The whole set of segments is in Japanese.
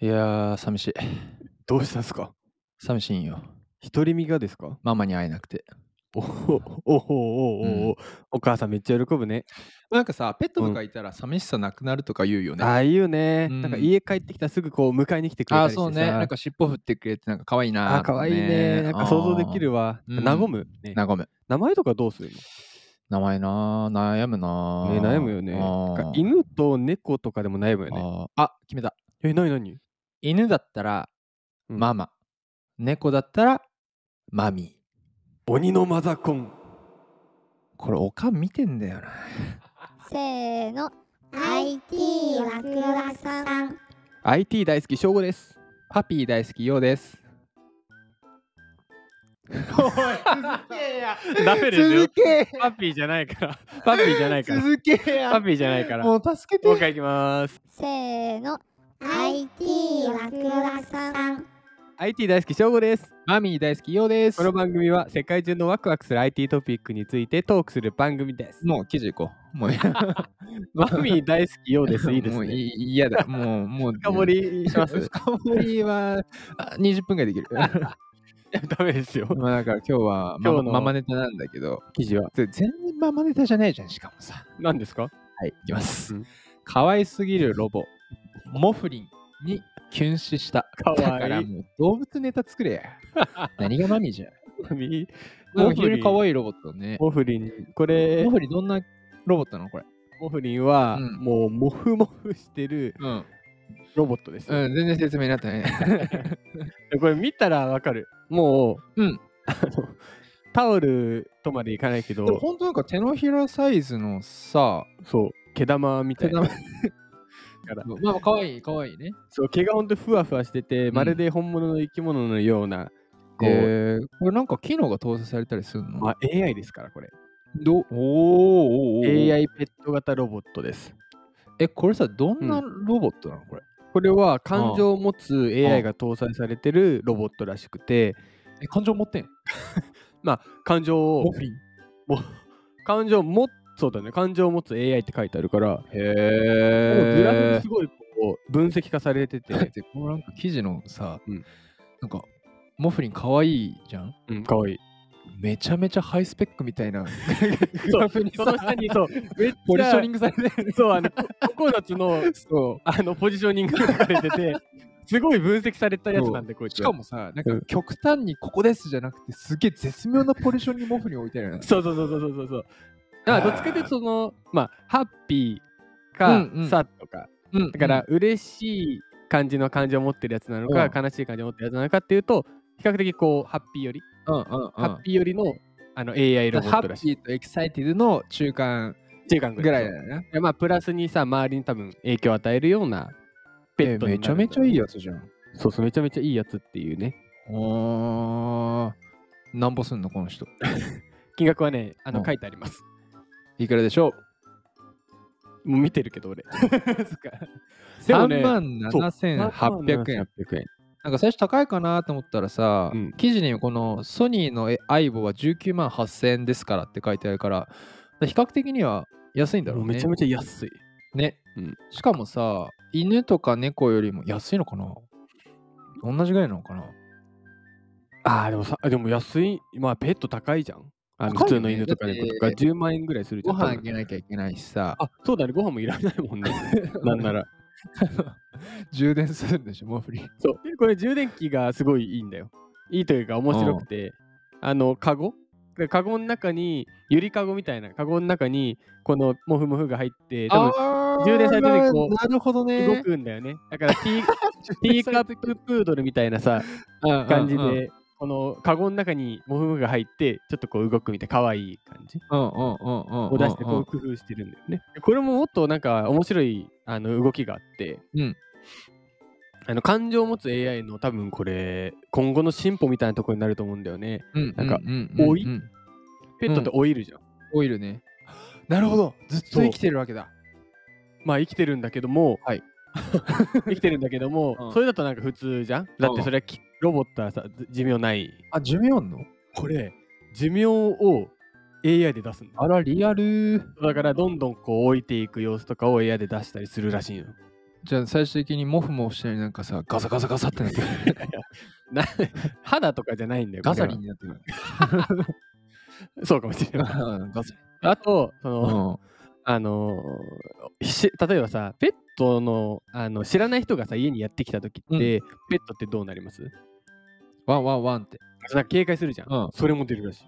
いやー、寂しい。どうしたんすか寂しいんよ。独り身がです かママに会えなくて。おおおおおお、うんお母さんめっちゃ喜ぶね。なんかさ、ペットうんとかいたら寂しさなくなるとか言うよね。ああいうね、うんなんか家帰ってきたらすぐこう迎えに来てくれあー、たりしてさ。そうね。なんか尻尾振ってくれて、なんか可愛いなあーかわいいね。なんか想像でき。るわ。うん和む、あねー。なごめん。名前とかどうする名前なー、悩むなの、ー。ね、悩むよね。あなんーか犬と猫とかでも悩むよね。あーあ、決めた。え、なになに犬だったら、うんママ。猫だったら、マミー。鬼のマザコン。 これ、おかん見てんだよな。せーの IT ワクワクさん IT 大好き、翔吾です。パピー大好き、ようです。ダメ続けパピーじゃないから。パピーじゃないから。続けやパピーじゃないから。ももう助けてう一回いきます。 せーの IT ワクワクさん IT 大好き、翔吾です。マミー大好き、ようですこの番組は世界中のワクワクする IT トピックについてトークする番組 です。もう記事行こう。 もういいマミー大好きようです。いいですもうね。い嫌だ。もう、もう。深掘りします。深掘りはあ20分ぐら いできる。ダメですよ。まあだから今日はマ今マ日のママネタなんだけど、記事は。全然ママネタじゃないじゃん、しかもさ。は何ですかい、いきます。うんかわいすぎるロボ、モフリンに急死した。かわいいだからもう動物ネタ作れ や。何がマミーじゃん。マミーでモもフリン非常にかわいいロボットね。モフリン。これモ、フリンどんなロボットなのこれ。モフリンはうんもうモフモフしてるうん。ロボットですよ。うん、全然説明になってないね。これ見たらわかる。もう、うんあのタオルとまでいかないけでもど、本当なんか手のひらサイズのさ、そう、毛玉みたいな。ら まあまあ可愛い可愛いね。そう、毛がほんとふわふわしてて、まるで本物の生き物のような、こう、えー、これなんか機能が搭載されたりするの、まあ、AI ですから、これ。どおーおーおー AI ペット型ロボットです。え、これさ、どんなロボットなのこれ。これは感情を持つああ AI が搭載されてるロボットらしくて、え、感情持ってんまあ、感情をフィン。感情を持つそうだね感情を持つ AI って書いてあるから、もうグラフへにすごいこう分析化されて、ー。だっててこのなんか記事のさ、うんなんか、モフリン可愛いじゃん うん、かわいい。めちゃめちゃハイスペックみたいなグそラうフにそさの下に そう、めっちゃポジショニングされてる。そうあのコココナツのそう。あのポジショニングが書かれて て、すごい分析されたやつなんで、こいつ。しかもさ、なんうかん極端にここですじゃなくて、すげえ絶妙なポジションにモフに置いてあるよね。そうそうそうそうそうそうそう。だからどっちかというとそのまあハッピーうんかうんサッとか、うんだから嬉しい感じの感情を持ってるやつなのか、う悲しい感情を持ってるやつなのかっていうと比較的こうハッピーより、うんうんうん、ハッピーよりのあの AI ロボハットらッしい。ピーとエキサイティブの中間っていう感覚ぐらいだよね。でまあプラスにさ周りに多分影響を与えるようなペットになるんだろう。やつじゃん。そうそうめちゃめちゃいいやつっていうね。おー、なんぼすんのこの人。金額はねあうのん書いてあります。いくらでしょうもう見てるけ ど俺。 でもね ?3 万7800円。 800円。なんか最初高いかなと思ったらさ、うん記事にこのソニーのえ相棒は19万8000円ですからって書いてあるから、比較的には安いんだろもううね。めちゃめちゃ安い。ね、うんしかもさ、犬とか猫よりも安いのかな同じぐらいなのかなああ、でもさ、でも安い、まあペット高いじゃん。あの高普いよね通の犬とか猫とだかって10万円ぐらいするじごゃん。飯あ多分げなきゃいけないしさ、あ、そうだね、ご飯もいらないもんね。 なんなら。充電するんでしょ、モフリン。そう。でこれ充電器がすごいいいんだよ。いいというか面白くて、あの、カゴでカゴの中に、ゆりかごみたいな、カゴの中に、このモフモフが入って、多分あー充電されてる時こうなるほどね。動くんだよね。だからテ ィー、ティーカッププードルみたいなさ、感感じ。で、このカゴの中にモフモフが入って、ちょっとこう動くみたいな、可愛い感じ。うんうんうんうん。を出してこう工夫してるんだよね。これももっとなんか面白いあの動きがあって、うんあの感情を持つ AI の多分これ今後の進歩みたいなところになると思うんだよね。うん、なんかうう老いうんペットって老いるじゃん。オイルね。なるほど。ずっとそう生きてるわけだ。まあ生きてるんだけども、はい 生きてるんだけども、うんそれだとなんか普通じゃん。だってそれはきロボットはさず寿命ない。あ、寿命あんのこれ寿命を AI で出すんだ。あら、リアル。だからどんどんこう老いていく様子とかを AI で出したりするらしいの。じゃあ最終的にモフモフしないなんかさガサガサガサってなって くるな肌とかじゃないんだよ。ガサリこンになってくるれ はそうかもしれない。ガサあと、そうの、んあのーし例えばさ、ペットのあの知らない人がさ、家にやってきた時って、うんペットってどうなりますワンワンワンってなんか警戒するじゃん。うんそれも出るらしい。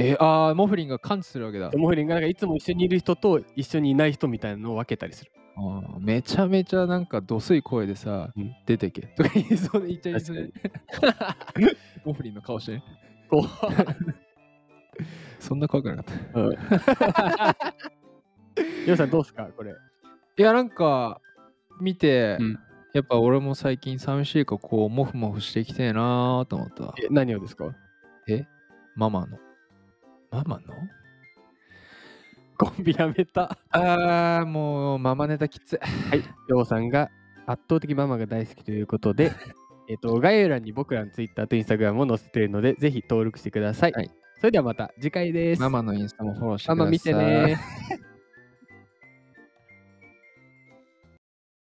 えー、あーモフリンが感知するわけだモフリンがなんかいつも一緒にいる人と一緒にいない人みたいなのを分けたりする。うんめちゃめちゃなんかどすい声でさ、うん出てけとか言いそうで言っちゃいそうで モフリンの顔してねこそんな怖くなかった う。ようさんどうすかこれ。いやなんか見て、うんやっぱ俺も最近寂しいからこうモフモフしてきてえなーと思ったわえ何をですかママのママのコンビやめた。あーもうママネタきついはい。ようさんが圧倒的ママが大好きということで、えっと、概要欄に僕らの Twitter と Instagram を載せているので、ぜひ登録してください。はいそれではまた次回です。ママのインスタもフォローしてマくださいマ見てね。